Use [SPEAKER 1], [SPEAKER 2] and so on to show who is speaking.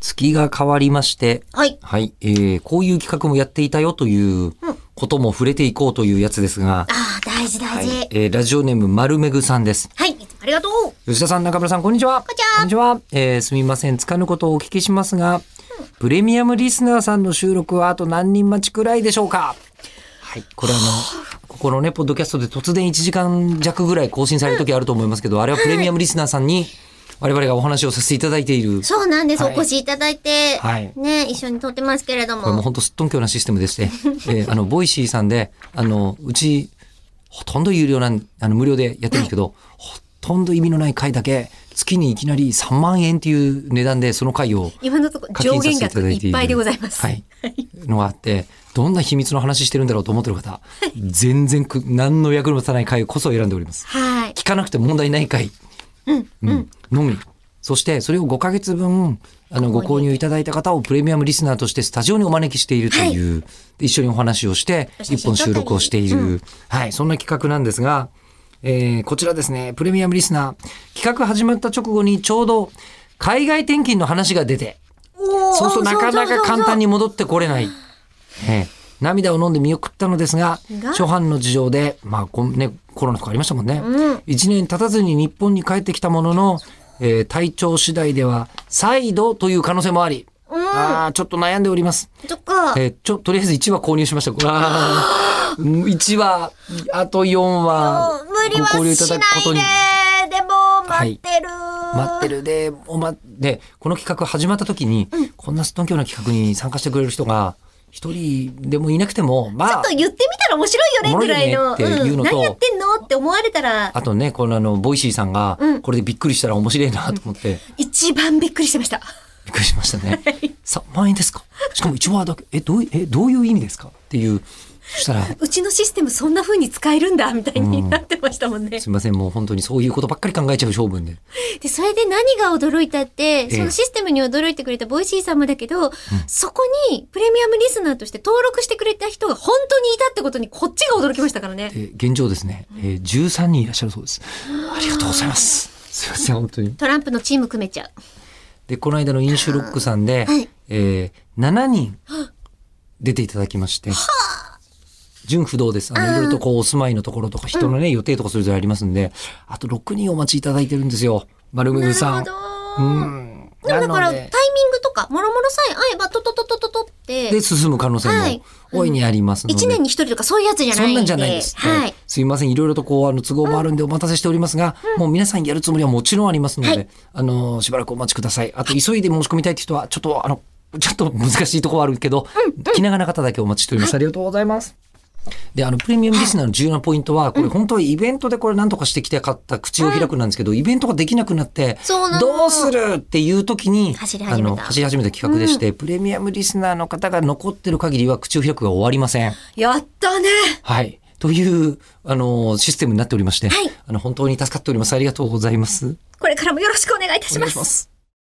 [SPEAKER 1] 月が変わりまして、
[SPEAKER 2] はい。
[SPEAKER 1] はい、えー、こういう企画もやっていたよということも触れていこうというやつですが、
[SPEAKER 2] ああ、大事大事。はい。
[SPEAKER 1] えー、ラジオネーム丸めぐさんです。
[SPEAKER 2] いつもありがとう。
[SPEAKER 1] 吉田さん、中村さん、こんにちは。こん
[SPEAKER 2] にちは
[SPEAKER 1] えーすみません。つかぬことをお聞きしますが、プレミアムリスナーさんの収録はあと何人待ちくらいでしょうかはい。これあの、ここのね、ポッドキャストで突然1時間弱ぐらい更新される時あると思いますけど、あれはプレミアムリスナーさんに我々がお話をさせていただいている。
[SPEAKER 2] そうなんです。
[SPEAKER 1] はい
[SPEAKER 2] お越しいただいて、
[SPEAKER 1] はい
[SPEAKER 2] ね、一緒に撮ってますけれど
[SPEAKER 1] これもう
[SPEAKER 2] も。
[SPEAKER 1] 本当すっとんきょうなシステム でして、えーあの、ボイシーさんで、あの、うち、ほとんど有料なん、あの、無料でやってるんですけど、ほとんど意味のない回だけ、月にいきなり3万円っていう値段でその回を
[SPEAKER 2] 今のところ
[SPEAKER 1] 課
[SPEAKER 2] 上
[SPEAKER 1] 金させていた
[SPEAKER 2] 限額
[SPEAKER 1] だいている
[SPEAKER 2] いっぱいでございます。
[SPEAKER 1] はい。のがあって、どんな秘密の話してるんだろうと思ってる 方、全然く、何の役にも立たない回こそ選んでおります。
[SPEAKER 2] はい。
[SPEAKER 1] 聞かなくても問題ない回。うん。のみ。そして、それを5ヶ月分、あの、ご購入いただいた方をプレミアムリスナーとしてスタジオにお招きしているという、で一緒にお話をして、
[SPEAKER 2] お写
[SPEAKER 1] 一
[SPEAKER 2] 真
[SPEAKER 1] 本
[SPEAKER 2] 撮った
[SPEAKER 1] 収
[SPEAKER 2] り
[SPEAKER 1] 録をしている、
[SPEAKER 2] う
[SPEAKER 1] はい、そんな企画なんですが、えーこちらですね、プレミアムリスナー、企画始まった直後にちょうど、海外転勤の話が出て、
[SPEAKER 2] おー
[SPEAKER 1] そうするとなかなか簡単。に戻ってこれない。ええ涙を飲んで見送ったのですが
[SPEAKER 2] が、
[SPEAKER 1] 初版の事情で、まあこん、ね、コロナとかありましたもんね。
[SPEAKER 2] うん
[SPEAKER 1] 一年経たずに日本に帰ってきたものの、えー体調次第では、再度という可能性もあり、
[SPEAKER 2] そうそうそううん。
[SPEAKER 1] ああ、ちょっと悩んでおります。
[SPEAKER 2] そっか。
[SPEAKER 1] えーちょ、とりあえず1話購入しました。 あ1話、あと4話、
[SPEAKER 2] うん無理は
[SPEAKER 1] ご購入いた
[SPEAKER 2] し
[SPEAKER 1] だ
[SPEAKER 2] ない
[SPEAKER 1] くことに。
[SPEAKER 2] で。でも、待ってる。
[SPEAKER 1] 待ってるで、おま、で、この企画始まった時に、こんなすっとんきょうな企画に参加してくれる人が、一人でもいなくても、まあ
[SPEAKER 2] ちょっ、と言ってみたら面白いよねぐらいの。
[SPEAKER 1] おもろいよねっていうのと
[SPEAKER 2] ん、何やってんのって思われたら、
[SPEAKER 1] あとね、このあの、ボイシーさんが
[SPEAKER 2] うん、
[SPEAKER 1] これでびっくりしたら面白いなと思 って、
[SPEAKER 2] 一番びっくりしてました。
[SPEAKER 1] びっくりしましたね。3万円ですかしかも1話だけ、え、どうい、え、どういう意味ですかっていう、そしたら、
[SPEAKER 2] うちのシステムそんな風に使えるんだ、みたいになってましたもんね。
[SPEAKER 1] すいません、もう本当にそういうことばっかり考えちゃう性分で。
[SPEAKER 2] で、それで何が驚いたって、
[SPEAKER 1] え
[SPEAKER 2] そのシステムに驚いてくれたボイシーさんもだけど、そこにプレミアムリスナーとして登録してくれた人が本当にいたってことにこっちが驚きましたからね。
[SPEAKER 1] で、現状ですね、えー13人いらっしゃるそうです。ありがとうございます。すいません、本当に。
[SPEAKER 2] トランプのチーム組めちゃう。
[SPEAKER 1] で、この間の飲酒ロックさんで、
[SPEAKER 2] はい
[SPEAKER 1] えー、7人出ていただきまして、純不動です。あの、いろいろとこう、お住まいのところとか、人のね、予定とかそれぞれありますんで、あと6人お待ちいただいてるんですよ。丸めぐさ
[SPEAKER 2] なんる。
[SPEAKER 1] う
[SPEAKER 2] ほど。
[SPEAKER 1] ん。
[SPEAKER 2] でもだか
[SPEAKER 1] なの
[SPEAKER 2] らタイミン
[SPEAKER 1] で、
[SPEAKER 2] グとか、もろもろさえ合えばトトトトトトって、
[SPEAKER 1] で、進む可能性
[SPEAKER 2] はい
[SPEAKER 1] も大いにありますので。
[SPEAKER 2] 1年に1人とかそういうやつじゃない
[SPEAKER 1] そんなんじゃないです。
[SPEAKER 2] はい。
[SPEAKER 1] すいません。いろいろとこう、あの、都合もあるんでお待たせしておりますが、もう皆さんやるつもりはもちろんありますので、
[SPEAKER 2] はい
[SPEAKER 1] あの、しばらくお待ちください。あと、急いで申し込みたいって人は、ちょっと、あの、ちょっと難しいところはあるけど、気長な方だけお待ちしております。ありがとうございます。で、あの、プレミアムリスナーの重要なポイントは、これ本当はイベントでこれ何とかしてきたかった口を開くなんですけど、イベントができなくなって、
[SPEAKER 2] そうなの
[SPEAKER 1] どうするっていう時に、
[SPEAKER 2] 走り
[SPEAKER 1] あ
[SPEAKER 2] 始め
[SPEAKER 1] の、
[SPEAKER 2] た
[SPEAKER 1] 走り始めた企画でして、プレミアムリスナーの方が残ってる限りは口を開くが終わりません。
[SPEAKER 2] やったね
[SPEAKER 1] はい。という、あの、システムになっておりまして、
[SPEAKER 2] はい
[SPEAKER 1] あの、本当に助かっております。ありがとうございます。
[SPEAKER 2] これからもよろしくお願いいたし
[SPEAKER 1] お
[SPEAKER 2] ま
[SPEAKER 1] 願いし
[SPEAKER 2] す
[SPEAKER 1] ま。す。